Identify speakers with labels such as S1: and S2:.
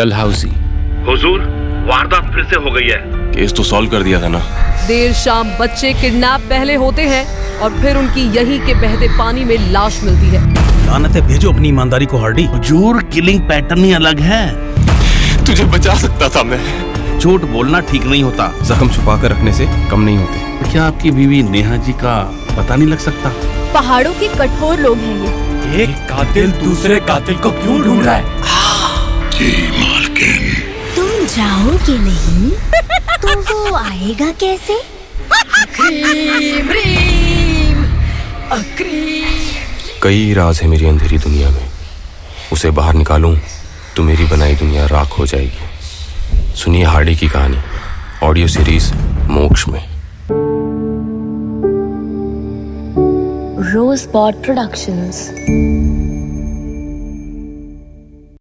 S1: डलहौजी
S2: हुजूर वारदात फिर से हो गई है
S3: केस तो सॉल्व कर दिया था ना
S4: देर शाम बच्चे किडनैप पहले होते हैं और फिर उनकी यहीं के बहते पानी में लाश मिलती है
S5: लानत है भेजो अपनी ईमानदारी को हार्डी
S2: हुजूर किलिंग पैटर्न ही अलग है
S3: तुझे बचा सकता था मैं
S2: झूठ बोलना ठीक नहीं होता
S1: जख्म छुपा कर रखने से कम नहीं होते
S2: क्या आपकी बीवी नेहा जी का पता नहीं लग सकता
S6: पहाड़ों के कठोर लोग हैं ये
S5: एक कातिल दूसरे कातिल को क्यों ढूंढ रहा है
S7: तुम जाओगे नहीं तो वो आएगा कैसे
S3: कई राज है मेरी अंधेरी दुनिया में उसे बाहर निकालूं तो मेरी बनाई दुनिया राख हो जाएगी सुनिए हार्डी की कहानी ऑडियो सीरीज मोक्ष में
S6: रोज बॉट प्रोडक्शंस